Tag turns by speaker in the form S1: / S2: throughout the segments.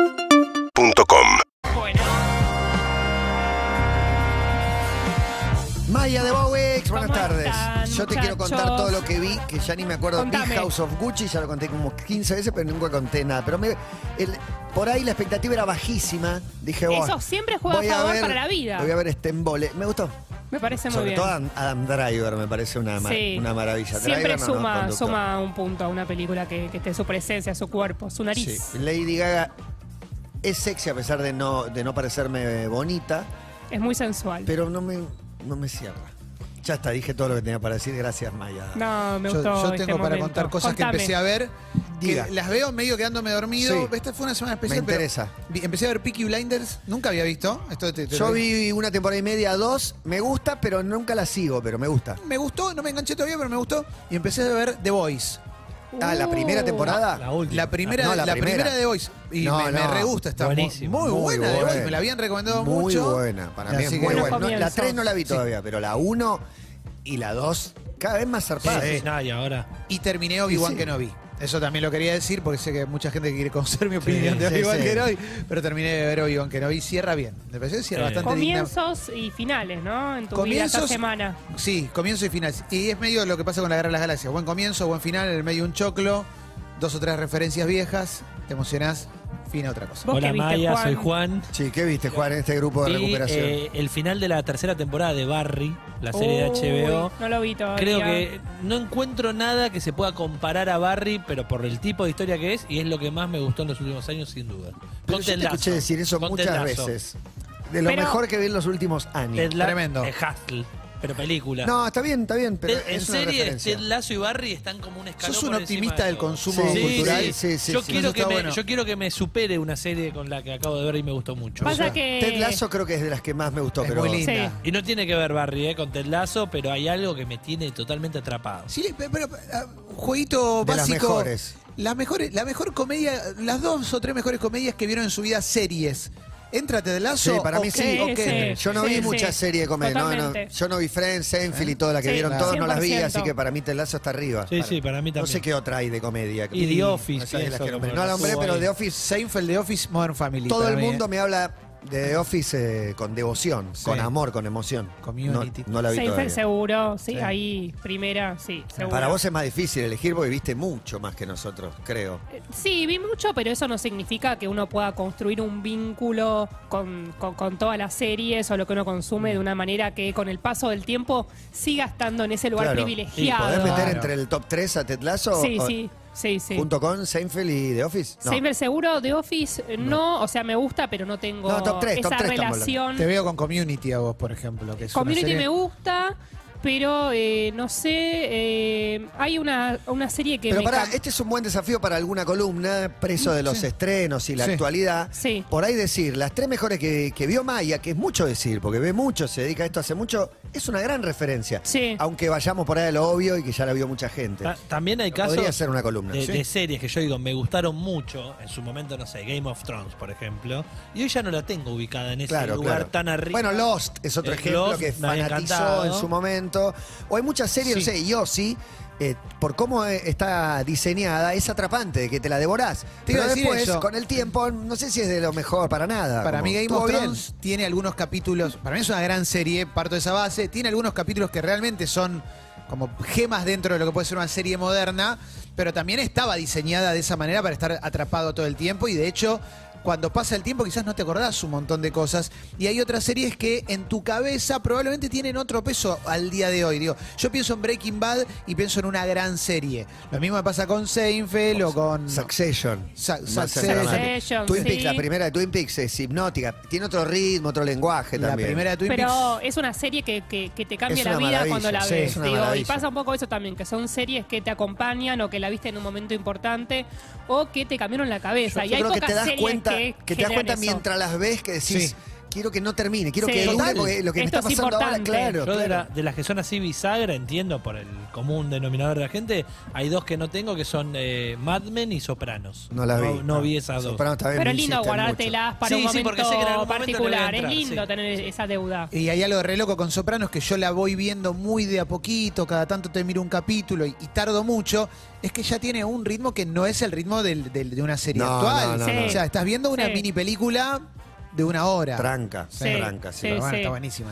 S1: UrbanaPlayFM.com
S2: Bueno,
S3: Maya de Bowix, buenas
S2: ¿Cómo
S3: tardes.
S2: están,
S3: Yo te quiero contar
S2: muchachos?
S3: todo lo que vi, que ya ni me acuerdo.
S2: Contame.
S3: Big House of Gucci, ya lo conté como 15 veces, pero nunca conté nada. Pero me- el- por ahí la expectativa era bajísima. Dije, bueno.
S2: Eso siempre juega a
S3: voy
S2: favor
S3: ver-
S2: para la vida.
S3: Voy a ver este embole. Me gustó.
S2: me parece muy
S3: Sobre
S2: bien.
S3: todo Adam, Adam Driver, me parece una, ma- una maravilla.
S2: Siempre
S3: Driver, no, no,
S2: suma,
S3: conductor.
S2: suma un punto a una película que, que esté su presencia, su cuerpo, su nariz.
S3: Sí. Lady Gaga es sexy a pesar de no, de no parecerme bonita,
S2: Es muy sensual.
S3: pero no me, no me cierra. Ya está, dije todo lo que tenía para decir. Gracias, Maya.
S2: no, me
S4: Yo-
S2: gustó.
S4: Yo,
S2: este
S4: tengo para
S2: momento.
S4: contar cosas
S2: Contame.
S4: que empecé a ver. que
S3: Diga.
S4: las veo medio quedándome dormido.
S3: Sí.
S4: Esta fue una semana
S3: me
S4: especial. pero
S3: interesa.
S4: vi- empecé a ver Peaky Blinders. Nunca había visto. Esto te- te-
S3: Yo vi una temporada y media, dos, me gusta, pero nunca la sigo, pero me gusta.
S4: Me gustó, no me enganché todavía, pero me gustó. Y empecé a ver The Voice.
S3: Ah, la primera
S2: Uh,
S3: temporada.
S4: La primera,
S3: No, la
S4: la,
S3: primera.
S4: primera. de Voice. Y
S3: No,
S4: me, me
S3: no.
S4: re gusta. Está muy-
S5: Buenísimo.
S4: Muy,
S3: Muy
S4: buena The
S3: buena.
S4: Voice. Me la habían recomendado
S3: muy
S4: mucho.
S3: buena, para mí
S4: Así
S3: es
S4: que-
S3: muy
S2: Buenos
S3: buena. No, la
S2: comienzos.
S3: 3 no la vi
S4: Sí.
S3: todavía, pero la 1 y la 2 cada vez más zarpadas.
S5: Sí, no, y ahora.
S4: Y terminé Obi-Wan
S3: sí.
S4: Kenobi. Eso también lo quería decir porque sé que hay mucha gente que quiere conocer mi opinión de
S3: sí,
S4: Obi-Wan
S3: sí.
S4: Kenobi. Pero terminé de ver Obi-Wan Kenobi y cierra bien. Me pareció que cierra
S5: Sí.
S4: bastante digna.
S2: Comienzos y finales, ¿no? En tu vida esta
S4: Comienzos-
S2: semana.
S4: Sí, comienzo y final. Y es medio lo que pasa con la Guerra de las Galaxias. Buen comienzo, buen final, en el medio un choclo, dos o tres referencias viejas, te emocionás, fin a otra cosa.
S2: ¿Vos qué
S5: Hola
S2: viste,
S5: Maya,
S2: Juan?
S5: soy Juan.
S3: Sí, ¿qué viste, Juan, en este grupo de
S5: Y,
S3: recuperación?
S5: eh, el final de la tercera temporada de Barry, la serie de HBO.
S2: Uy, No lo vi todavía.
S5: Creo que no encuentro nada que se pueda comparar a Barry, pero por el tipo de historia que es, y es lo que más me gustó en los últimos años, sin duda.
S3: Pero
S5: Con
S3: yo te
S5: Ted Lasso.
S3: escuché decir eso
S5: Con
S3: muchas
S5: Ted Lasso.
S3: veces. De lo
S2: Pero-
S3: mejor que vi en los últimos años.
S5: Ted Lasso
S4: Tremendo.
S5: es Hustle, pero película.
S3: No, está bien, está bien, pero
S5: Ted- en
S3: es una
S5: serie,
S3: referencia.
S5: Ted Lasso y Barry están como un escalón.
S4: Sos un
S5: por encima
S4: optimista
S5: de
S4: del
S5: todo.
S4: consumo
S3: Sí,
S4: cultural.
S3: sí, sí, sí,
S5: yo,
S3: sí.
S5: quiero
S4: Eso
S5: que
S4: está
S5: me,
S4: bueno.
S5: yo quiero que me supere una serie con la que acabo de ver y me gustó mucho.
S2: Pasa
S5: O sea,
S2: que-
S3: Ted Lasso creo que es de las que más me gustó,
S4: Es
S3: pero...
S4: muy linda.
S2: Sí.
S5: Y no tiene que ver Barry eh, con Tel Lazo, pero hay algo que me tiene totalmente atrapado.
S4: Sí, pero, pero, ah, un jueguito
S3: De las
S4: básico.
S3: mejores.
S4: Las mejores- la mejor comedia, las dos o tres mejores comedias que vieron en su vida series. Entrate de lazo.
S3: Sí, para mí
S4: ok,
S3: sí.
S4: ok.
S2: Sí,
S3: Yo no
S2: sí,
S3: vi
S2: sí.
S3: muchas series de comedia. no, no.
S2: Totalmente.
S3: yo no vi Friends, Seinfeld y todas las que
S2: Sí,
S3: vieron todos, no las vi,
S2: 100%.
S3: así que para mí Ted Lasso está arriba.
S5: Sí, sí, para mí
S3: No sé
S5: también.
S3: qué otra hay de comedia.
S5: Y The Office,
S3: Esas de las
S5: pienso,
S3: que nombré.
S5: como
S3: No la nombré,
S5: estuvo
S3: pero
S5: ahí.
S3: The Office,
S4: Seinfeld, The Office, Modern Family.
S3: todo
S4: para
S3: el
S4: mí,
S3: mundo
S4: eh.
S3: me habla de The Office eh, con devoción,
S4: Sí.
S3: con amor, con emoción.
S4: Community.
S3: No, no la vi
S2: Seinfeld
S3: todavía.
S2: seguro, sí,
S4: Sí.
S2: ahí, primera, sí, seguro.
S3: Para vos es más difícil elegir porque viste mucho más que nosotros, creo.
S2: Sí, vi mucho, pero eso no significa que uno pueda construir un vínculo con, con- con todas las series o lo que uno consume de
S3: Mm.
S2: una manera que con el paso del tiempo siga estando en ese lugar
S3: Claro.
S2: privilegiado.
S3: ¿Podés meter
S5: Claro.
S3: entre el top 3 a Ted Lasso?
S2: sí,
S3: o-
S2: sí, sí, sí.
S3: Junto con Seinfeld y The Office. No.
S2: Seinfeld seguro, The Office eh, no. o sea, me gusta, pero no tengo
S3: No, top tres,
S2: esa
S3: top tres estamos
S2: relación.
S4: Te veo con Community a vos, por ejemplo. Que es una
S2: Community
S4: serie-
S2: me gusta, pero eh, no sé, eh, hay una, una serie que
S3: Pero
S2: me
S3: pará,
S2: cam-
S3: este es un buen desafío para alguna columna, preso de los
S4: Sí.
S3: estrenos y la
S4: Sí.
S3: actualidad.
S2: Sí.
S3: Por ahí decir, las tres mejores que, que vio Maya, que es mucho decir, porque ve mucho, se dedica a esto hace mucho, es una gran referencia.
S2: Sí.
S3: Aunque vayamos por ahí a lo obvio y que ya la vio mucha gente.
S5: Ta- También hay casos
S3: Podría ser una columna.
S5: Ah, de,
S3: Sí.
S5: de series que yo digo me gustaron mucho, en su momento, no sé, Game of Thrones, por ejemplo, y hoy ya no la tengo ubicada en ese
S3: Claro,
S5: lugar
S3: claro.
S5: tan arriba.
S3: Bueno, Lost es otro
S5: Eh,
S3: ejemplo
S5: Lost
S3: que
S5: me había
S3: fanatizó
S5: encantado.
S3: en su momento. O hay muchas series,
S5: Sí.
S3: no sé, Yossi, eh, por cómo eh, está diseñada, es atrapante, que te la devorás.
S4: Te iba
S3: Pero
S4: a decir
S3: después,
S4: eso.
S3: con el tiempo, no sé si es de lo mejor para nada.
S4: Para
S3: Ah, como,
S4: mí Game
S3: estuvo
S4: of
S3: bien.
S4: Thrones tiene algunos capítulos, para mí es una gran serie, parto de esa base, tiene algunos capítulos que realmente son como gemas dentro de lo que puede ser una serie moderna, pero también estaba diseñada de esa manera para estar atrapado todo el tiempo y de hecho cuando pasa el tiempo quizás no te acordás un montón de cosas y hay otras series que en tu cabeza probablemente tienen otro peso al día de hoy. Digo, yo pienso en Breaking Bad y pienso en una gran serie. Lo mismo me pasa con Seinfeld o con...
S3: Succession.
S4: Sa-
S3: Más
S4: Succession.
S3: dramático.
S2: Succession,
S3: Twin
S2: sí.
S3: Peaks, la primera de Twin Peaks es hipnótica. Tiene otro ritmo, otro lenguaje
S4: La
S3: también.
S4: primera de Twin Peaks.
S2: Pero es una serie que, que- que te cambia
S3: Es
S2: la
S3: una
S2: vida
S3: maravilla,
S2: cuando la
S3: sí,
S2: ves.
S3: es una
S2: digo, y
S3: maravilla.
S2: pasa un poco eso también, que son series que te acompañan o que la viste en un momento importante o que te cambiaron la cabeza.
S3: Yo
S2: y hay
S3: creo que
S2: pocas
S3: te das
S2: series
S3: cuenta,
S2: que,
S3: que te das
S2: generan
S3: cuenta
S2: eso.
S3: mientras las ves que decís,
S4: Sí.
S3: quiero que no termine, quiero
S2: Sí.
S3: que dure,
S2: Total.
S3: porque lo que me
S2: Esto
S3: está
S2: es
S3: pasando ahora,
S2: importante.
S3: claro.
S5: Yo de, la-
S3: claro.
S5: de las que son así bisagra, entiendo por el común denominador de la gente, hay dos que no tengo que son eh, Mad Men y Sopranos.
S3: No la vi.
S5: No, vi esas dos.
S3: Soprano también
S2: Pero
S3: me
S2: es lindo
S3: insisten
S2: guardártelas para
S5: Sí,
S2: un
S5: sí,
S2: momento
S5: porque sé que en algún momento le voy a
S2: particular.
S5: entrar,
S2: es lindo
S5: sí.
S2: tener esa deuda.
S4: Y hay algo re loco con Sopranos que yo la voy viendo muy de a poquito, cada tanto te miro un capítulo y, y tardo mucho, es que ya tiene un ritmo que no es el ritmo del- del- de una serie
S3: No,
S4: actual.
S3: no,
S2: no, no.
S4: O sea, estás viendo una
S2: Sí.
S4: mini película de una hora.
S3: mucho. Tranca,
S2: Sí,
S3: tranca, sí.
S2: sí.
S4: Pero bueno, está buenísima.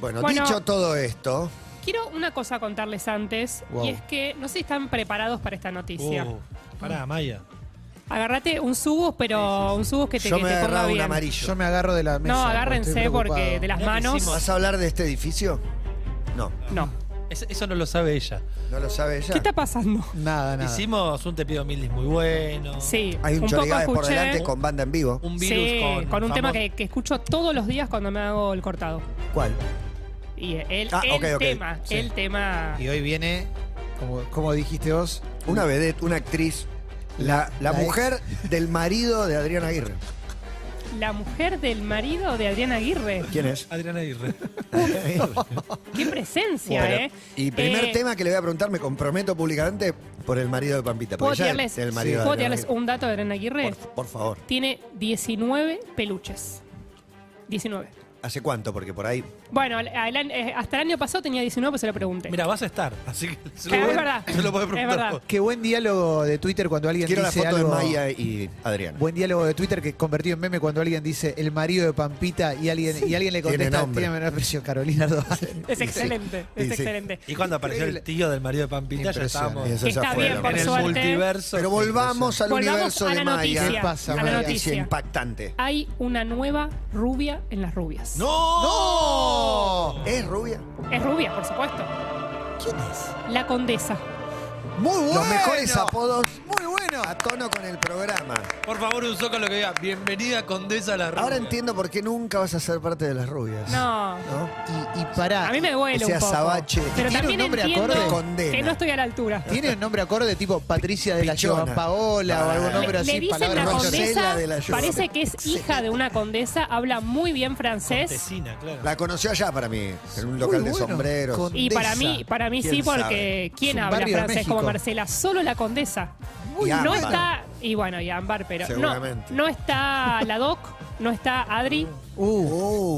S3: Bueno,
S2: Bueno.
S3: dicho todo esto,
S2: Quiero una cosa contarles antes,
S4: Wow.
S2: y es que no sé si están preparados para esta noticia.
S5: Uh, pará, Maya.
S2: Agárrate un subus, pero un subus que te,
S3: yo
S2: que
S3: me
S2: te
S3: he
S2: ponga
S3: agarrado un
S2: bien.
S3: amarillo.
S4: Yo me agarro de la mesa.
S2: No, agárrense
S4: estoy
S2: porque
S4: preocupado.
S2: de las
S5: Mirá que hicimos-
S2: manos.
S3: ¿Vas a hablar de este edificio? No,
S2: No.
S5: Es- eso no lo sabe ella.
S3: no lo sabe ella.
S2: ¿Qué está pasando?
S4: Nada, nada.
S5: Hicimos un Te pido milis muy bueno.
S2: Sí,
S3: Hay un
S2: un poco
S3: chorigade por
S2: escuché.
S3: delante con banda en vivo.
S5: Un virus
S2: Sí,
S5: con,
S2: con, un tema
S5: famo-
S2: que, que escucho todos los días cuando me hago el cortado.
S3: ¿Cuál?
S2: Y el,
S3: Ah,
S2: el
S3: ok, ok.
S2: tema,
S4: Sí.
S2: el tema.
S4: Y hoy viene, como, como dijiste vos,
S3: Una vedette, una actriz. La, la
S4: La ex.
S3: mujer del marido de Adrián Aguirre.
S2: La mujer del marido de Adriana Aguirre.
S3: ¿Quién es?
S5: Adriana Aguirre.
S2: Qué presencia,
S3: Bueno,
S2: ¿eh?
S3: Y primer
S2: Eh,
S3: tema que le voy a preguntar, me comprometo públicamente por el marido de Pampita.
S2: ¿Puedo
S3: porque ella
S2: tirarles,
S3: es el marido de
S2: ¿puedo
S3: Adrián
S2: tirarles
S3: Aguirre.
S2: un dato de Adriana Aguirre?
S3: Por, por favor.
S2: Tiene 19 peluches. 19.
S3: ¿Hace cuánto? Porque por ahí.
S2: Bueno, al- al an- eh, hasta el año pasado tenía 19, pues se lo pregunté.
S5: Mira, vas a estar, así que se
S2: Claro,
S5: lo,
S2: es verdad.
S5: se lo podés
S2: Es
S5: preguntar
S2: verdad.
S5: vos.
S4: qué buen diálogo de Twitter cuando alguien
S3: Quiero la
S4: dice
S3: foto de
S4: algo.
S3: Maya y Adrián.
S4: Buen diálogo de Twitter que convertido en meme cuando alguien dice el marido de Pampita y alguien, y alguien le
S3: Tiene
S4: contesta,
S3: nombre.
S4: tiene menor precio Carolina Duval.
S2: Es excelente, es
S3: Sí, sí.
S2: excelente.
S5: Y cuando apareció el tío del marido de Pampita, ya estábamos
S4: Impresionante.
S3: Eso
S2: Que
S3: ya
S2: está
S3: fue,
S2: bien,
S3: la
S2: por
S5: en
S3: verdad.
S5: el
S2: suerte.
S5: multiverso.
S3: Pero volvamos al
S2: Volvamos
S3: universo
S2: a
S3: de
S2: la
S3: Maya.
S2: noticia.
S4: ¿Qué pasa,
S2: a
S4: Maya?
S2: la
S3: Una
S2: noticia.
S3: impactante.
S2: Hay una nueva rubia en las rubias.
S5: ¡No!
S3: ¿Es rubia?
S2: Es rubia, por supuesto.
S3: ¿Quién es?
S2: La condesa.
S4: Muy bueno.
S3: Los mejores apodos
S4: Muy bueno.
S3: a tono con el programa.
S5: Por favor, un con lo que diga. Bienvenida, Condesa a la Rubia.
S3: Ahora entiendo por qué nunca vas a ser parte de las rubias.
S2: No.
S3: ¿No?
S4: Y, y pará.
S2: A mí me duele
S3: Ese
S2: un poco.
S3: azabache.
S2: Pero
S4: Tiene un
S2: también
S4: nombre
S2: entiendo
S4: acorde.
S3: Condena.
S2: que no estoy a la altura.
S4: Tiene un nombre acorde tipo Patricia de la
S3: Pichona.
S4: Joan Paola o algún
S3: Le-
S4: nombre
S2: Le,
S4: así.
S2: le dicen
S4: palabras
S2: la
S4: mayores.
S3: Rosella
S2: condesa,
S3: de la Lluvia.
S2: parece que es hija de una condesa, habla muy bien francés.
S5: Contesina, claro.
S3: La conoció allá para mí, en un
S4: Muy
S3: local de
S4: bueno.
S3: sombreros.
S4: Con-
S2: Y para
S4: Condesa.
S2: mí, para mí
S3: ¿Quién
S2: sí,
S3: sabe?
S2: porque ¿quién
S4: Es un
S2: habla
S4: barrio de
S2: francés como
S4: México.
S2: Marcela? Solo la condesa.
S3: Y
S2: no
S3: Ámbar.
S2: está, y bueno, y Ámbar, pero no,
S3: Seguramente.
S2: no está la Doc, no está Adri,
S4: Uh,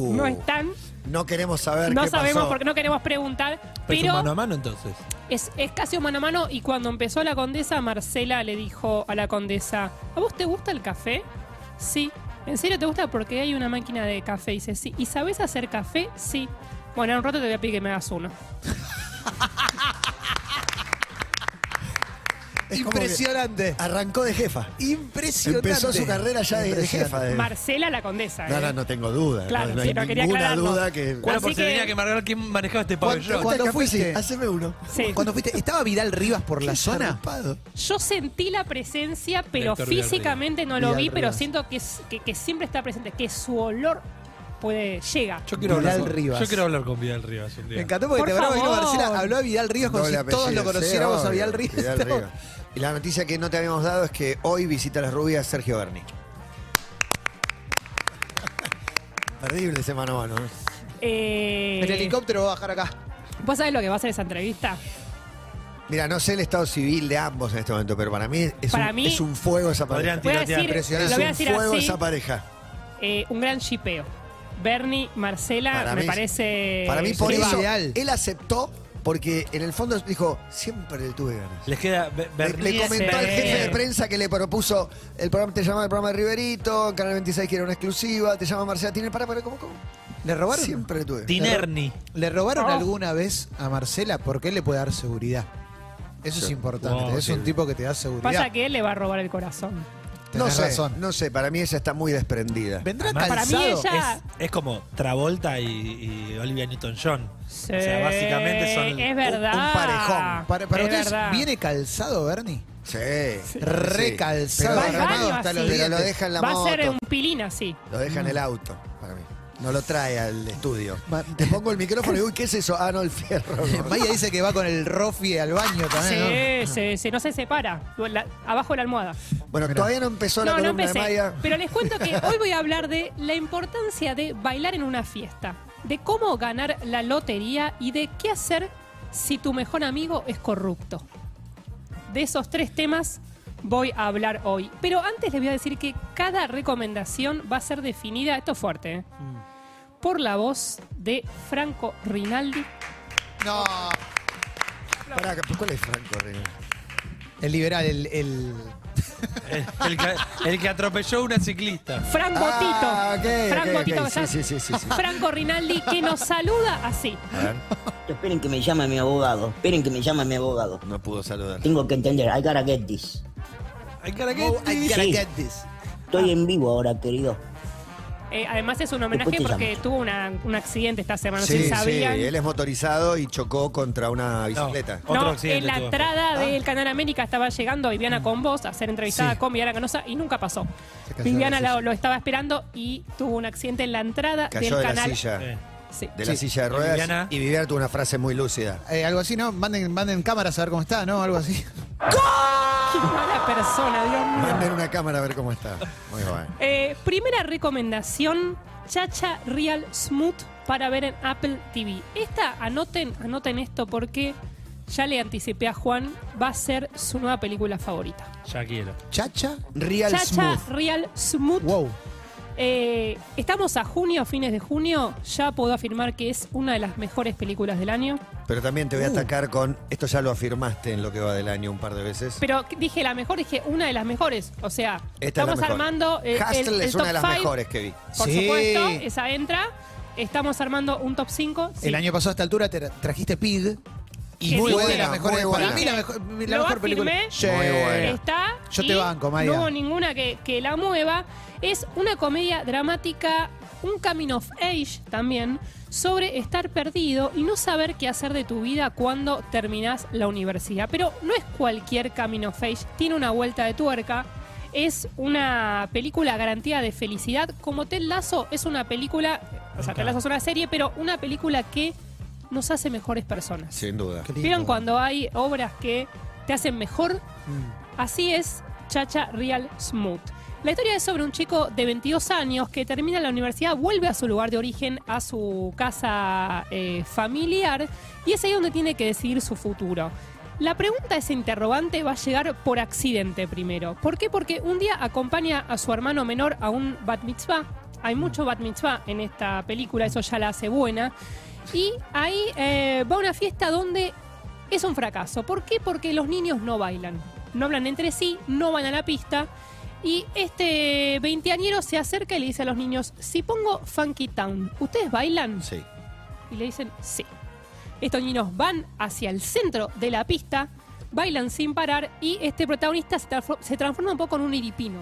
S3: Uh,
S2: no están,
S3: No queremos saber
S2: no
S3: qué
S2: sabemos
S3: pasó. Pues
S2: porque no queremos preguntar,
S5: Pero es un mano
S2: pero
S5: a mano entonces.
S2: es, es casi un mano a mano y cuando empezó la condesa, Marcela le dijo a la condesa, ¿a vos te gusta el café? Sí. ¿En serio te gusta? Porque hay una máquina de café, dice, sí. ¿Y sabes hacer café? Sí. Bueno, en un rato te voy a pedir que me hagas uno.
S3: Es como que
S4: impresionante.
S3: Arrancó de jefa.
S4: Impresionante.
S3: Empezó su carrera ya de, de jefa.
S4: Impresionante.
S3: de-
S2: Marcela la condesa.
S3: Eh. No,
S2: ¿eh?
S3: no, no tengo duda.
S2: Claro,
S3: no, no
S2: sí,
S3: hay
S2: no quería
S3: ninguna
S2: aclararlo.
S3: duena duda que.
S5: ¿Cuál
S2: Así
S5: porque
S2: que-
S5: tenía que marcar quién manejaba este
S4: ¿Cuánto-
S5: pabellón?
S4: cuánto- Cuando
S3: Café,
S4: fuiste.
S3: sí, Haceme uno.
S2: Sí.
S4: Cuando fuiste, ¿estaba Vidal Rivas por la
S3: Qué
S4: zona?
S3: zarpado.
S2: Yo sentí la presencia, pero
S5: Héctor Vidal
S2: físicamente no lo
S4: Vidal
S2: vi, pero
S4: Rivas.
S2: siento que, es- que, que siempre está presente, que su olor puede llega.
S5: Yo quiero,
S4: Vidal
S5: hablar con,
S4: Rivas.
S5: yo quiero hablar con Vidal Rivas un día.
S4: Me encantó porque
S2: Por
S4: te hablaba de
S2: favor.
S4: Marcela, habló de Vidal Ríos como
S3: Doble
S4: si todos
S3: apellido,
S4: lo
S3: sí,
S4: conociéramos a
S3: obvio,
S4: Vidal Ríos.
S3: Vidal Ríos. Y la noticia que no te habíamos dado es que hoy visita a las rubias Sergio Berni. Perdible ese mano a mano. ¿eh?
S2: Eh,
S4: En helicóptero va a bajar acá.
S2: ¿Vos sabés lo que va a ser esa entrevista?
S3: Mira, no sé el estado civil de ambos en este momento, pero para mí es,
S2: Para
S3: un,
S2: mí-
S3: es un fuego esa pareja.
S5: Podrían
S2: Voy a
S5: Tirotea,
S2: decir,
S3: Es
S2: lo voy a
S3: un
S2: decir
S3: fuego
S2: así,
S3: esa pareja.
S2: eh, un gran shipeo. Bernie, Marcela,
S3: Para
S2: me
S3: mí-
S2: parece...
S3: Para mí por
S4: sí,
S3: eso
S4: ideal.
S3: él aceptó porque en el fondo dijo, siempre le tuve ganas.
S5: Les queda Be-
S3: Le, le
S5: Bernier-
S3: comentó al
S2: Sí.
S3: jefe de prensa que le propuso el programa te llamaba el programa de Riverito, Canal 26 que era una exclusiva, te llama Marcela Tiner, para, para, ¿cómo, cómo?
S4: ¿Le robaron?
S3: Siempre le tuve.
S5: Tinerni.
S4: ¿Le robaron
S2: Oh.
S4: alguna vez a Marcela? Porque él le puede dar seguridad. Eso es
S3: Sí.
S4: importante.
S5: Wow,
S4: es
S5: sí.
S4: un tipo que te da seguridad.
S2: Pasa que él le va a robar el corazón.
S4: Tenés
S3: no sé,
S4: razón.
S3: no sé, para mí ella está muy desprendida.
S4: Vendrá
S5: Además,
S2: para mí
S4: calzado.
S2: ella- Ya.
S5: Es, es como Travolta y, y Olivia Newton-John. O sea, básicamente son...
S2: Es verdad.
S3: un parejón.
S4: Para, para
S2: Es
S4: ustedes,
S2: verdad.
S4: ¿viene calzado, Bernie?
S3: Sí. sí.
S4: Recalzado,
S2: Va al
S4: armado
S2: baño
S4: hasta
S2: así.
S4: los
S3: Pero, pero lo
S4: dientes.
S3: deja en la
S2: Va a
S3: moto,
S2: ser un pilín así.
S3: lo deja en el auto, para mí. No lo trae al estudio. Te pongo el micrófono y digo, uy, ¿qué es eso? Ah, no, el fierro.
S4: Maya dice que va con el rofi al baño
S3: Ah,
S4: también. ¿no?
S2: Se, se, se- no se separa, la- abajo de la almohada.
S3: Bueno, todavía no empezó la
S2: No, no
S3: columna de
S2: empecé.
S3: Maya.
S2: Pero les cuento que hoy voy a hablar de la importancia de bailar en una fiesta, de cómo ganar la lotería y de qué hacer si tu mejor amigo es corrupto. De esos tres temas voy a hablar hoy. Pero antes les voy a decir que cada recomendación va a ser definida, esto es fuerte, ¿eh?
S3: Mm.
S2: por la voz de Franco Rinaldi.
S4: No,
S3: Pará, ¿cuál es Franco Rino?
S4: el liberal, el. el-
S5: El, el que, el que atropelló a una ciclista.
S2: Franco
S3: Ah,
S2: Tito.
S3: ok,
S2: Franco
S3: ok, ok.
S2: Tito,
S3: Sí, sí, sí, sí, sí.
S2: Franco Rinaldi que nos saluda así.
S3: A ver,
S1: Esperen que me llame mi abogado. Esperen que me llame mi abogado.
S3: no pudo saludar.
S1: Tengo que entender. I gotta get this.
S5: Ay, cara, ¿qué?
S4: Oh, I gotta
S1: Sí.
S4: get this.
S1: Estoy en vivo ahora, querido.
S2: Eh, además es un homenaje
S1: Después te
S2: porque tuvo una- un accidente esta semana,
S3: Sí,
S2: si
S3: sí,
S2: sabían.
S3: él es motorizado y chocó contra una bicicleta.
S5: Otro
S2: No,
S5: accidente
S2: en la
S5: tuvo.
S2: entrada del Canal América estaba llegando Viviana con vos a ser entrevistada
S4: Sí.
S2: con Viviana Canosa y nunca pasó.
S4: Se cayó de
S2: Viviana
S4: la
S2: la-
S4: silla.
S2: lo, estaba esperando y tuvo un accidente en la entrada
S3: Cayó de
S2: del
S3: la
S2: canal.
S3: silla.
S5: Eh.
S2: Sí.
S3: De la
S4: Sí.
S3: silla de ruedas.
S5: Viviana.
S3: Y Viviana tuvo una frase muy lúcida.
S4: Eh, algo así, ¿no? Manden, manden cámaras a ver cómo está, ¿no? Algo así.
S2: Qué mala persona, Dios mío.
S3: Manden una cámara a ver cómo está. Muy bueno.
S2: Eh, primera recomendación, Chacha Real Smooth para ver en Apple TV. Esta, anoten, anoten esto porque ya le anticipé a Juan, va a ser su nueva película favorita.
S5: Ya quiero.
S4: Chacha.
S3: Real
S2: Chacha
S3: Smooth.
S2: Real Smooth.
S4: Wow.
S2: Eh, estamos a junio, fines de junio. Ya puedo afirmar que es una de las mejores películas del año.
S3: Pero también te
S2: Uh.
S3: voy a atacar con. Esto ya lo afirmaste en lo que va del año un par de veces.
S2: Pero dije la mejor, dije una de las mejores. O sea,
S3: Esta es la
S2: estamos
S3: mejor.
S2: armando eh, el,
S3: Hustle
S2: el
S3: es
S2: top
S3: una de las
S2: five.
S3: mejores que vi.
S2: Por
S4: Sí.
S2: supuesto, esa entra. Estamos armando un top 5.
S4: El año pasado a esta altura te trajiste Pig. Y
S2: Muy
S4: fue de
S2: buena,
S4: las mejores-
S3: muy
S4: Para
S3: buena.
S4: mí la mejor, la
S2: Lo
S4: mejor película.
S2: afirmé.
S4: Sí.
S3: Muy buena.
S2: está.
S4: Yo
S2: y
S4: te banco, Maya.
S2: No hubo ninguna que, que la mueva. Es una comedia dramática, un coming of age también, sobre estar perdido y no saber qué hacer de tu vida cuando terminás la universidad. Pero no es cualquier coming of age, tiene una vuelta de tuerca. Es una película garantía de felicidad. Como Ted Lazo es una película, o sea, Ted Lazo es una serie, pero una película que nos hace mejores personas.
S3: Sin duda.
S4: Qué
S2: ¿Vieron
S4: lindo.
S2: cuando hay obras que te hacen mejor?
S4: Mm.
S2: Así es Chacha Real Smooth. La historia es sobre un chico de 22 años que termina la universidad, vuelve a su lugar de origen, a su casa eh, familiar, y es ahí donde tiene que decidir su futuro. La pregunta ese interrogante va a llegar por accidente primero. ¿Por qué? Porque un día acompaña a su hermano menor a un bat mitzvah. Hay mucho bat mitzvah en esta película, eso ya la hace buena. Y ahí eh, va a una fiesta donde es un fracaso. ¿Por qué? Porque los niños no bailan. No hablan entre sí, no van a la pista. Y este veinteañero se acerca y le dice a los niños, si pongo Funky Town, ¿ustedes bailan?
S3: Sí.
S2: Y le dicen, sí. Estos niños van hacia el centro de la pista, bailan sin parar y este protagonista se, transfor- se transforma un poco en un iripino.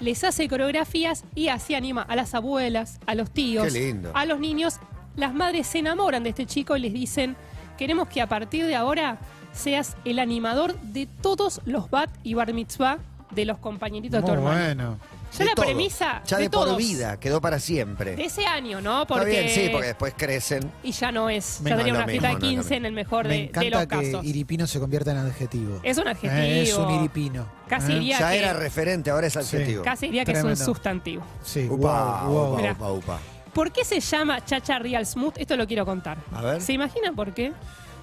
S2: Les hace coreografías y así anima a las abuelas, a los tíos,
S3: Qué lindo.
S2: a los niños. Las madres se enamoran de este chico y les dicen, queremos que a partir de ahora seas el animador de todos los bat y bar mitzvah de los compañeritos de tu
S4: Muy
S2: hermano.
S4: bueno.
S2: Ya
S3: De
S2: la
S3: todo.
S2: premisa
S3: Ya
S2: Ah, de,
S3: de, por
S2: todos,
S3: vida, quedó para siempre.
S2: de ese año, ¿no? Porque
S3: Está bien, sí, porque después crecen.
S2: y ya no es.
S4: Me
S2: ya
S4: no
S2: tenía
S3: es
S2: una fiesta de
S3: lo mismo, no es lo
S2: 15 en el mejor
S4: Me
S2: de, de los
S4: encanta que
S2: casos.
S4: iripino se convierta en adjetivo.
S2: Es un adjetivo.
S4: Eh, es un iripino.
S2: Casi
S4: Eh,
S2: iría
S3: Ya
S2: que,
S3: era referente, ahora es
S4: Sí.
S3: adjetivo.
S2: casi diría que es
S4: Tremendo.
S2: un sustantivo.
S4: Sí,
S3: Upa,
S4: wow, wow.
S3: upa,
S2: Mirá.
S3: upa, upa.
S2: ¿Por qué se llama Chacha Real Smooth? Esto lo quiero contar.
S3: A ver.
S2: ¿Se imaginan por qué?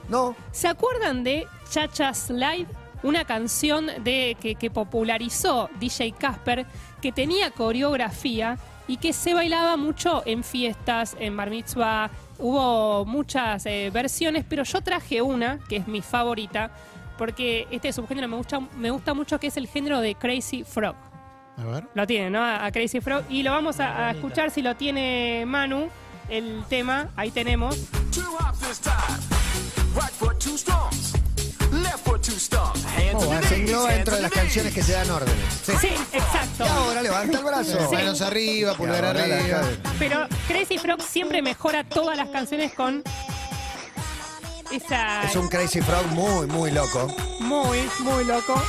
S3: No,
S2: ¿Se acuerdan de Chacha Slide? Una canción de, que, que popularizó DJ Casper, que tenía coreografía y que se bailaba mucho en fiestas, en bar mitzvah. Hubo muchas eh, versiones, pero yo traje una, que es mi favorita, porque este subgénero me gusta, me gusta mucho, que es el género de Crazy Frog.
S4: A ver.
S2: Lo tiene, ¿no? A a Crazy Frog. Y lo vamos a, a escuchar si lo tiene Manu, el tema. Ahí tenemos.
S6: Two hops this time. Right foot two stomps. Left foot two stomps. Hands
S3: no,
S6: to the
S3: se
S6: knees.
S3: engloba
S6: hands
S3: dentro
S6: to
S3: de las
S6: the knees.
S3: canciones que te dan órdenes.
S2: Sí, exacto.
S3: Y ahora levanta el brazo.
S4: Manos arriba, pulgar
S3: ahora la
S4: arriba.
S3: deja
S2: Pero Crazy Frog siempre mejora todas las canciones con esa
S3: Es un Crazy Frog muy, muy loco.
S2: muy, muy loco.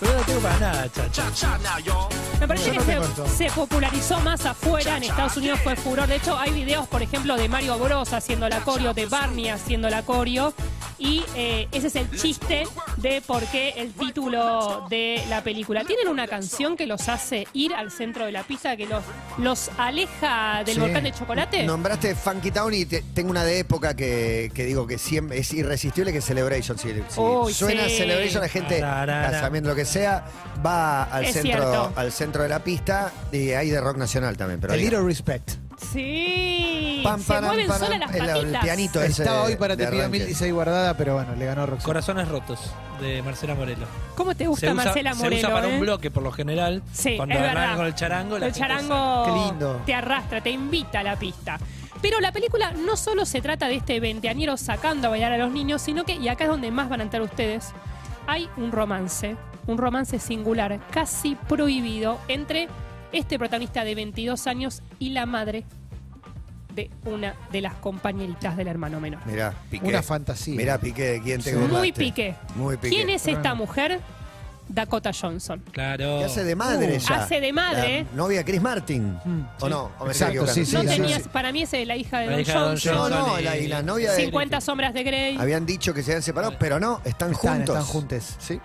S5: Pero era no tengo para nada, chacha.
S6: Cha cha now, y'all.
S2: Me parece
S4: Yo
S2: que
S4: no
S2: se,
S4: tengo esto.
S2: se popularizó más afuera, en Estados Unidos fue furor. De hecho, hay videos, por ejemplo, de Mario Bros haciendo la coreo, de Barney haciendo la coreo. Y eh, ese es el chiste de por qué el título de la película. Tienen una canción que los hace ir al centro de la pista, que los, los aleja del
S3: Sí.
S2: volcán de chocolate.
S3: Nombraste Funky Town y te- tengo una de época que, que digo que siempre es irresistible, que es Celebration. Si, si
S2: Uy,
S3: suena
S2: sí.
S3: Celebration, la gente,
S5: Tarara.
S3: casamiento, lo que sea, va al
S2: Es
S3: centro,
S2: cierto.
S3: al centro de la pista y hay de rock nacional también. Pero
S4: A
S3: hay-
S4: little respect.
S2: Sí,
S3: Pam,
S2: se
S3: param,
S2: mueven
S3: param,
S2: solas las
S3: el- el
S2: patitas.
S3: pianito. Todo ese
S4: Estaba
S3: de-
S4: hoy para
S3: de
S4: Te pido
S3: arranque.
S4: mil, dice ahí guardada, pero bueno, le ganó Roxana.
S5: Corazones rotos de Marcela Morelo.
S2: ¿Cómo te gusta
S5: se usa,
S2: Marcela
S5: se
S2: Morelo?
S5: usa para
S2: eh?
S5: un bloque por lo general.
S2: Sí,
S5: Cuando
S2: es
S5: agarran
S2: verdad.
S5: con el charango, la
S2: el
S5: gente
S2: charango
S4: Qué lindo.
S2: te arrastra, te invita a la pista. Pero la película no solo se trata de este veinteañero sacando a bailar a los niños, sino que, y acá es donde más van a entrar ustedes, hay un romance, un romance singular, casi prohibido, entre este protagonista de 22 años y la madre de una de las compañeritas del hermano menor.
S3: Mirá, Piqué.
S4: Una fantasía.
S3: Mirá, Piqué, ¿de quién te
S4: Sí.
S3: burlaste?
S2: Muy piqué.
S3: Muy Piqué.
S2: ¿Quién es esta mujer? Dakota Johnson.
S5: saca. Claro.
S3: Que hace de madre
S4: Uh,
S3: ya.
S2: hace de madre.
S3: La novia Chris Martin. ¿O no? ¿O me estoy
S4: Exacto, sí,
S3: equivocando?
S4: sí,
S2: No
S4: la-
S2: tenías, para mí es la hija de
S5: Mm, La
S2: Don
S5: hija de Don
S2: Johnson.
S3: No, no,
S5: Johnson y-
S3: la, y la novia de...
S2: 50 sombras de Grey.
S3: Habían dicho que se habían separado, pero no, están
S4: Están,
S3: juntos.
S4: están juntes.
S3: Sí.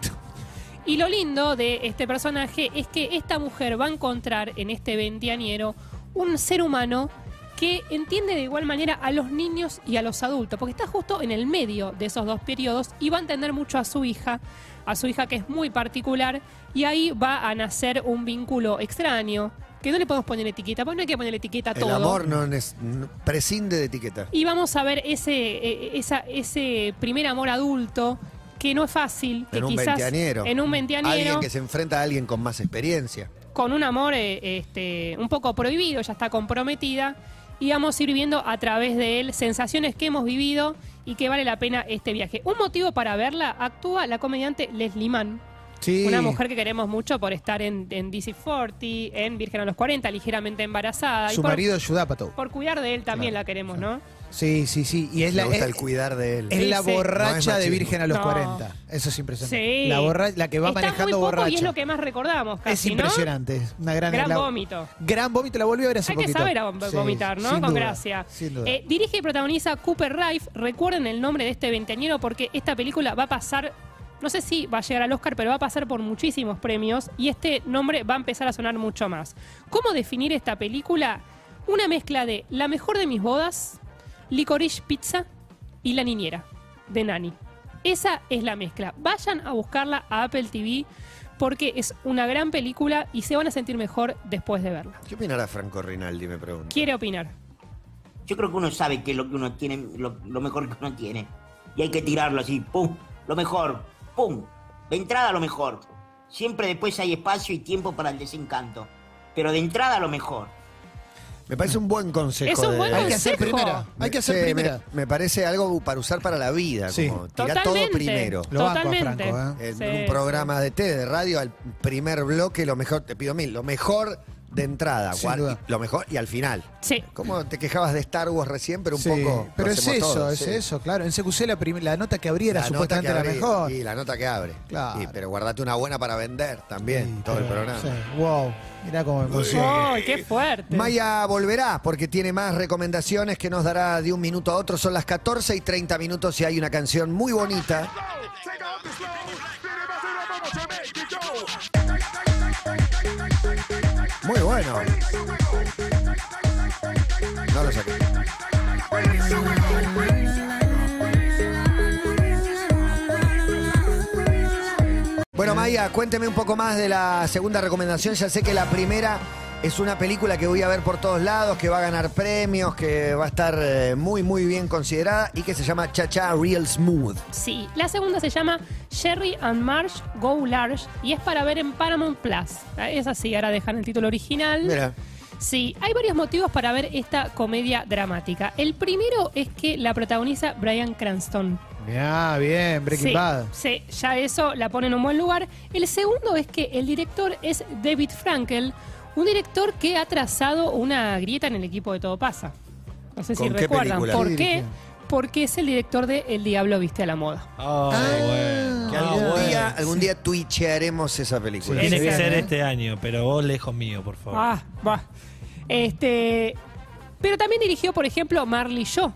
S2: Y lo lindo de este personaje es que esta mujer va a encontrar en este veinteañero un ser humano que entiende de igual manera a los niños y a los adultos, porque está justo en el medio de esos dos periodos y va a entender mucho a su hija, a su hija que es muy particular, y ahí va a nacer un vínculo extraño, que no le podemos poner etiqueta, porque no hay que poner etiqueta a
S3: El
S2: todo.
S3: amor no, es- no- prescinde de etiqueta.
S2: Y vamos a ver ese, eh, esa- ese primer amor adulto que no es fácil, que
S3: en un
S2: quizás
S3: veinteañero.
S2: en un
S3: Alguien
S2: veinteañero
S3: que se enfrenta a alguien con más experiencia.
S2: con un amor eh, este, un poco prohibido, ya está comprometida, y vamos a ir viendo a través de él sensaciones que hemos vivido y que vale la pena este viaje. Un motivo para verla actúa la comediante Leslie Mann,
S4: Sí.
S2: una mujer que queremos mucho por estar en, en DC40, en Virgen a los 40, ligeramente embarazada,
S4: Su
S2: y por,
S4: marido es Judapato.
S2: por cuidar de él también
S4: Claro,
S2: la queremos, ¿no?
S4: Sí, sí, sí. Y es
S3: Me
S4: la,
S3: gusta
S4: es-
S3: el cuidar de él.
S4: es la
S2: Sí, sí.
S4: borracha
S3: No es
S4: de
S3: machismo.
S4: Virgen a los
S2: No.
S4: 40. Eso es impresionante.
S2: Sí.
S4: La, borra- la que va
S2: Está
S4: manejando
S2: muy poco
S4: borracha.
S2: Y es lo que más recordamos, casi,
S4: Es
S2: ¿no?
S4: impresionante. es Una gran,
S2: Gran
S4: la-
S2: vómito.
S4: Gran vómito. La volví a ver hace
S2: Hay que
S4: poquito.
S2: saber a vom-
S4: Sí,
S2: vomitar, ¿no?
S4: sin
S2: Con
S4: duda,
S2: gracia.
S4: Sin duda.
S2: Eh, dirige y protagoniza Cooper Rife. Recuerden el nombre de este veinteañero porque esta película va a pasar, no sé si va a llegar al Oscar, pero va a pasar por muchísimos premios y este nombre va a empezar a sonar mucho más. ¿Cómo definir esta película? Una mezcla de La mejor de mis bodas, Licorice Pizza y La niñera de Nani. Esa es la mezcla. Vayan a buscarla a Apple TV porque es una gran película y se van a sentir mejor después de verla.
S3: ¿Qué opinará Franco Rinaldi, me pregunto?
S2: Quiere opinar.
S1: Yo creo que uno sabe que lo que uno tiene, lo, lo mejor que uno tiene. Y hay que tirarlo así, pum, lo mejor, pum. De entrada lo mejor. Siempre después hay espacio y tiempo para el desencanto. Pero de entrada lo mejor.
S3: Me parece un buen consejo.
S2: Es un
S3: de-
S2: buen
S4: Hay que hacer
S2: consejo.
S4: primera. Hay que hacer
S3: Sí, me-
S4: primera.
S3: Me, parece algo para usar para la vida.
S4: Sí.
S3: Como tirar todo
S2: Totalmente.
S3: primero.
S4: Lo banco a
S2: Totalmente.
S4: Franco, ¿eh?
S3: En
S2: Sí,
S3: un
S2: sí.
S3: programa de té, de radio, al primer bloque, lo mejor, te pido mil, lo mejor de entrada,
S4: Sin
S3: guar-
S4: duda.
S3: lo mejor y al final.
S2: Sí.
S3: Como te quejabas de Star Wars recién, pero un
S4: Sí,
S3: poco. lo
S4: Pero es
S3: hacemos
S4: eso,
S3: todos,
S4: es
S3: sí.
S4: eso, claro. En CQC la, prim- la nota que abría era
S3: nota
S4: supuestamente
S3: que
S4: la
S3: abrí,
S4: mejor.
S3: Y la nota que abre.
S4: Claro.
S3: Y- pero guardate una buena para vender también,
S4: Sí,
S3: todo el
S4: pero-
S3: programa.
S4: sí, Wow. Mirá cómo me emociona.
S2: ¡Ay, qué fuerte!
S3: Maya volverá porque tiene más recomendaciones que nos dará de un minuto a otro. Son las 14 y 30 minutos y hay una canción muy bonita.
S6: Take off the slow. Spin it, bust it up, I'ma Jamaica, yo.
S3: Muy bueno. No lo saqué. Bueno, Maya, cuénteme un poco más de la segunda recomendación. Ya sé que la primera es una película que voy a ver por todos lados, que va a ganar premios, que va a estar eh, muy, muy bien considerada y que se llama Cha Cha Real Smooth.
S2: Sí. La segunda se llama Sherry and Marsh Go Large y es para ver en Paramount Plus. ¿Eh? Es así, ahora dejan el título original.
S3: Mira,
S2: Sí, hay varios motivos para ver esta comedia dramática. El primero es que la protagoniza Brian Cranston.
S4: Mirá, bien, Breaking
S2: sí,
S4: Bad.
S2: Sí, ya eso la pone en un buen lugar. El segundo es que el director es David Frankel, un director que ha trazado una grieta en el equipo de Todo Pasa. No sé si
S3: ¿Con qué
S2: recuerdan.
S3: película?
S4: Sí,
S2: ¿Por qué?
S4: dirigió.
S2: Porque es el director de El Diablo Viste a la Moda.
S5: Ah, bueno.
S3: que
S5: Ah,
S3: algún
S5: bueno.
S3: día día, algún día twitchearemos esa película.
S5: Tiene
S2: Sí,
S5: que
S2: sí,
S5: ser
S2: ¿eh?
S5: este año, pero vos lejos mío, por favor.
S2: Ah, va. Este. Pero también dirigió, por ejemplo, Marley y Yo.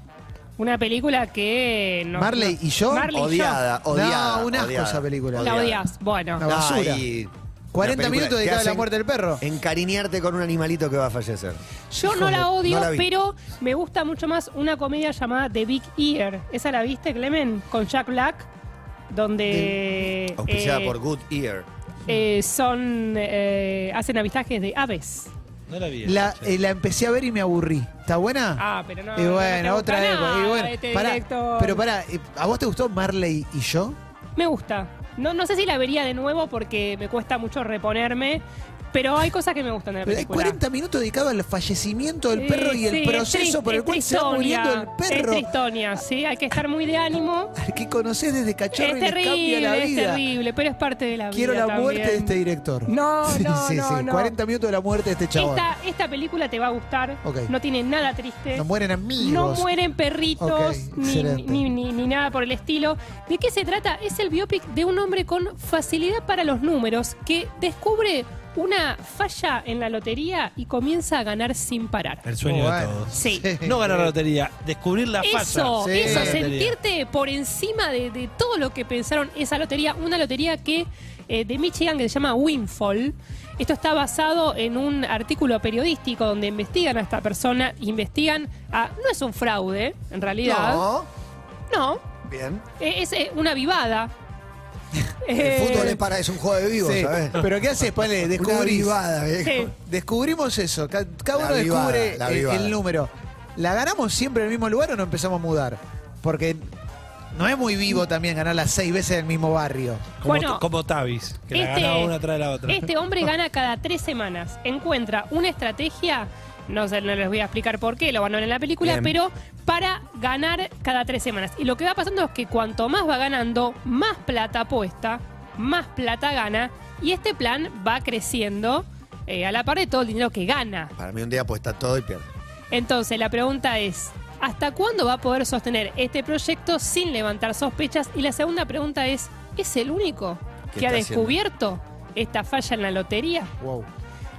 S2: Una película que. no-
S4: ¿Marley y yo?
S2: Marley y
S3: Odiada, odiada.
S4: No, un asco
S3: odiada,
S4: esa película.
S2: yo.
S4: La
S2: La
S3: odiada.
S2: odias. Bueno.
S4: No. basura.
S3: y-
S4: 40
S3: una película
S4: minutos
S3: que
S4: dedicada a la
S3: hacen
S4: muerte del perro.
S3: Encariñarte con un animalito que va a fallecer.
S2: Yo no
S3: Híjole,
S2: la odio,
S3: no la vi.
S2: pero me gusta mucho más una comedia llamada The Big Ear. ¿Esa la viste, Clemen? Con Jack Black. Donde.
S3: Auspiciada
S2: eh,
S3: por Good Ear.
S2: eh, son. eh, hacen avistajes de aves.
S5: No la vi.
S4: La,
S5: esa, che.
S4: eh, la empecé a ver y me aburrí. ¿Está buena?
S2: Ah, pero no.
S4: y
S2: no
S4: bueno,
S2: te gusta
S4: otra
S2: nada
S4: época. Y bueno,
S2: este
S4: pará,
S2: director.
S4: pero pará, eh, ¿a vos te gustó Marley y yo?
S2: Me gusta. No, no sé si la vería de nuevo porque me cuesta mucho reponerme, pero hay cosas que me gustan de la
S4: Pero hay
S2: película.
S4: 40 minutos dedicados al fallecimiento del
S2: Sí,
S4: perro y el
S2: sí, es
S4: proceso
S2: triste,
S4: por el
S2: es
S4: cual se va
S2: tristonia,
S4: muriendo el
S2: Es
S4: perro.
S2: tristonia, sí, hay que estar muy de ánimo.
S4: Al que conocés desde cachorro
S2: es
S4: y le cambia la
S2: terrible, es
S4: vida.
S2: terrible, pero es parte de la
S4: Quiero
S2: vida
S4: la muerte de
S2: también.
S4: este director.
S2: No,
S4: sí,
S2: no,
S4: sí,
S2: no,
S4: sí.
S2: no.
S4: 40 minutos de la muerte de este chabón.
S2: Esta, esta película te va a gustar,
S4: Ok.
S2: no tiene nada triste.
S4: No mueren amigos.
S2: No mueren perritos
S4: Ok,
S2: ni-
S4: excelente.
S2: ni, ni- ni nada por el estilo. ¿De qué se trata? Es el biopic de un hombre con facilidad para los números que descubre una falla en la lotería y comienza a ganar sin parar.
S5: El sueño de
S4: Oh, Bueno.
S5: todos.
S2: Sí.
S5: No ganar la lotería, descubrir la
S2: Eso,
S5: falla.
S4: Sí.
S2: eso,
S5: La lotería.
S2: sentirte por encima de, de todo lo que pensaron esa lotería, una lotería que eh, de Michigan que se llama Winfall. Esto está basado en un artículo periodístico donde investigan a esta persona, investigan a... No es un fraude, en realidad.
S3: No.
S2: No,
S3: Bien.
S2: eh, es eh, una vivada.
S3: El
S2: Eh,
S3: fútbol es para es un juego de vivos,
S4: Sí.
S3: ¿sabes?
S4: Pero ¿qué haces, Pale?
S3: Una
S4: Descubrís.
S3: bribada,
S4: ¿eh?
S3: viejo.
S2: sí.
S4: Descubrimos eso. Ca- Cada
S3: La
S4: uno
S3: vivada,
S4: descubre
S3: la
S4: el-
S3: vivada.
S4: el, número. ¿La ganamos siempre en el mismo lugar o nos empezamos a mudar? Porque no es muy vivo también ganar las seis veces en el mismo barrio.
S5: Como,
S2: Bueno.
S5: como Tavis, que la
S2: Este-
S5: ganaba una tras la otra.
S2: Este hombre gana cada tres semanas. Encuentra una estrategia, no, sé, no les voy a explicar por qué, lo van a ver en la película,
S3: Bien.
S2: pero para ganar cada tres semanas. Y lo que va pasando es que cuanto más va ganando, más plata apuesta, más plata gana, y este plan va creciendo eh, a la par de todo el dinero que gana.
S3: Para mí un día apuesta todo y pierde.
S2: Entonces, la pregunta es, ¿hasta cuándo va a poder sostener este proyecto sin levantar sospechas? Y la segunda pregunta es, ¿es el único
S3: ¿Qué
S2: que ha
S3: está haciendo?
S2: descubierto esta falla en la lotería?
S4: Wow.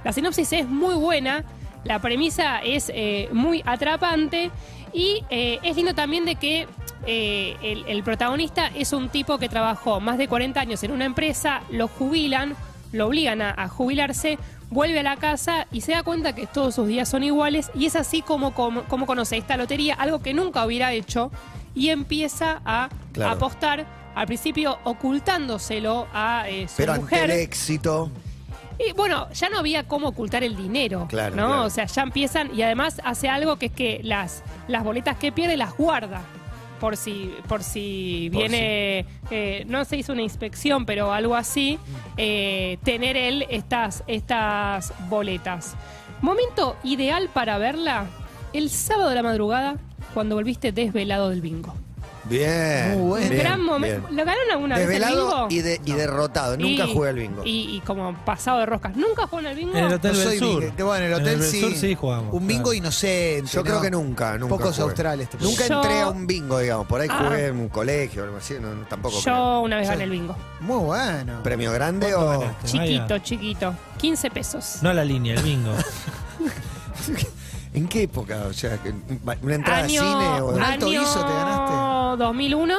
S2: La sinopsis es muy buena, la premisa es eh, muy atrapante y eh, es lindo también de que eh, el, el protagonista es un tipo que trabajó más de 40 años en una empresa, lo jubilan, lo obligan a, a jubilarse, vuelve a la casa y se da cuenta que todos sus días son iguales y es así como, como, como conoce esta lotería, algo que nunca hubiera hecho y empieza a
S3: Claro.
S2: apostar. Al principio ocultándoselo a eh, su
S3: Pero ante
S2: mujer.
S3: el éxito.
S2: Y bueno, ya no había cómo ocultar el dinero.
S3: Claro,
S2: ¿no?
S3: claro.
S2: O sea, ya empiezan y además hace algo que es que las, las boletas que pierde las guarda. Por si, por si
S3: Por
S2: viene, eh, no se hizo una inspección, pero algo así,
S3: Mm.
S2: eh, tener él estas, estas boletas. Momento ideal para verla, el sábado de la madrugada, cuando volviste desvelado del bingo.
S3: Bien.
S4: Muy bueno.
S2: Un
S3: bien,
S2: gran momento.
S3: bien.
S2: ¿Lo ganaron alguna
S3: Desvelado
S2: vez
S3: y,
S2: el bingo?
S3: de- y derrotado. Nunca
S2: Y-
S3: jugué al bingo.
S2: Y, y como pasado de roscas. ¿Nunca jugaron al bingo?
S5: En el hotel
S4: No
S5: del
S4: soy
S5: sur.
S4: bingo- Bueno, el hotel,
S5: en el
S4: sí.
S5: Sur sí jugamos.
S4: Un bingo
S5: claro.
S4: inocente.
S3: Yo
S4: ¿no?
S3: creo que nunca, nunca.
S4: Pocos
S3: jugué.
S4: australes te
S3: Nunca
S2: Yo-
S3: entré a un bingo, digamos. Por ahí
S2: Ah.
S3: jugué en un colegio o algo así. no- no, tampoco. creo.
S2: Yo una vez
S4: Yo-
S2: gané el bingo.
S4: Muy bueno.
S3: ¿Premio grande o.?
S5: ¿Cuánto ganaste?
S2: Chiquito,
S5: Vaya.
S2: chiquito. 15 pesos.
S5: No a la línea, el bingo.
S3: ¿En qué época? O sea, que- ¿una entrada
S2: año,
S3: a cine o.?
S4: Un ah, alto
S2: año
S4: guiso te ganaste.
S2: 2001.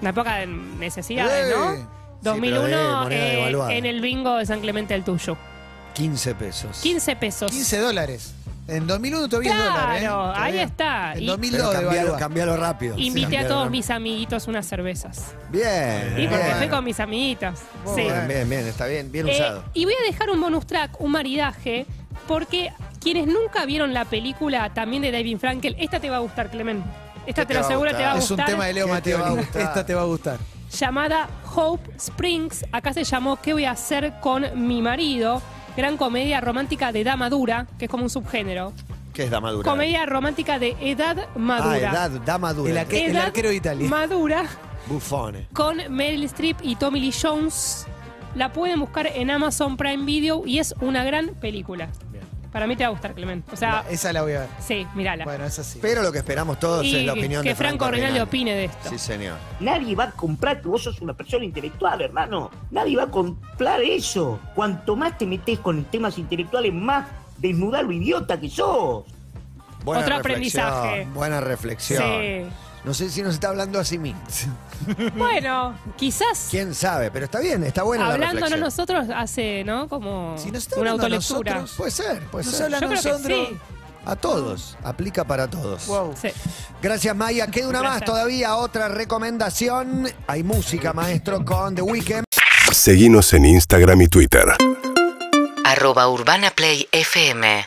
S2: Una época de necesidades,
S4: Eh. Sí,
S2: ¿no?
S3: pero de
S2: 2001
S3: moneda
S2: eh,
S3: devaluada.
S2: en el bingo de San Clemente del Tuyo.
S3: 15 pesos.
S2: 15 pesos.
S4: 15 dólares. En 2001 todavía es dólar, ¿eh?
S2: claro, ahí
S4: Todavía.
S2: está.
S4: En
S2: Y
S4: 2000
S3: Pero
S4: dólares.
S3: cambialo,
S4: evalúa.
S3: cambialo rápido.
S2: invité a
S3: Cambialo
S2: todos
S3: rápido.
S2: mis amiguitos unas cervezas.
S3: Bien.
S2: Y
S3: bien.
S2: porque fui con mis amiguitas.
S4: Eh, Muy
S2: Sí.
S3: Bien, bien, bien, está bien, bien
S2: Eh,
S3: usado.
S2: y voy a dejar un bonus track, un maridaje, porque quienes nunca vieron la película también de David Frankel, esta te va a gustar, Clemen. Esta
S3: ¿Qué
S2: te, lo aseguro, te va a
S4: Es un
S2: gustar.
S4: tema de Leo
S3: ¿Qué te va a
S4: Mateo.
S3: gustar?
S4: Esta te va a gustar.
S2: Llamada Hope Springs. Acá se llamó ¿Qué voy a hacer con mi marido? Gran comedia romántica de edad madura, que es como un subgénero.
S3: ¿Qué es Damadura?
S2: Comedia romántica de edad
S3: Ah,
S2: madura.
S3: edad, Damadura.
S4: El aquel-
S2: Edad
S4: arquero de Italia.
S2: Madura.
S3: Bufone.
S2: con Meryl Streep y Tommy Lee Jones. La pueden buscar en Amazon Prime Video y es una gran película. Para mí te va a gustar, Clement. O sea,
S4: Esa la voy a ver.
S2: sí, mírala.
S4: Bueno, esa sí.
S3: Pero lo que esperamos todos
S2: y
S3: es la opinión
S2: que
S3: de Franco,
S2: Franco Rinaldi
S3: Rinaldi.
S2: opine de esto.
S3: Sí, señor.
S1: Nadie va a comprar que vos sos una persona intelectual, hermano. Nadie va a comprar eso. Cuanto más te metes con temas intelectuales, más desnudar lo idiota que sos.
S3: Buena
S2: Otro
S3: reflexión,
S2: aprendizaje.
S3: Buena reflexión. No sé si nos está hablando a sí mismo.
S2: Sí. Bueno, quizás
S3: Quién sabe, pero está bien, está buena la
S2: hablándonos
S3: reflexión.
S2: nosotros hace, ¿no? Como
S4: Si nos está
S2: una
S4: hablando a
S2: autolectura.
S4: nosotros,
S3: Puede ser, puede
S4: Nos
S3: ser.
S4: habla
S2: Yo creo
S4: Sandro.
S2: que sí.
S3: A todos, aplica para todos.
S4: Wow.
S2: Sí.
S3: Gracias Maya, queda una más
S2: Gracias.
S3: todavía, otra recomendación. Hay música, maestro, con The Weeknd.
S7: Seguimos en Instagram y Twitter.
S8: arroba urbanaplayfm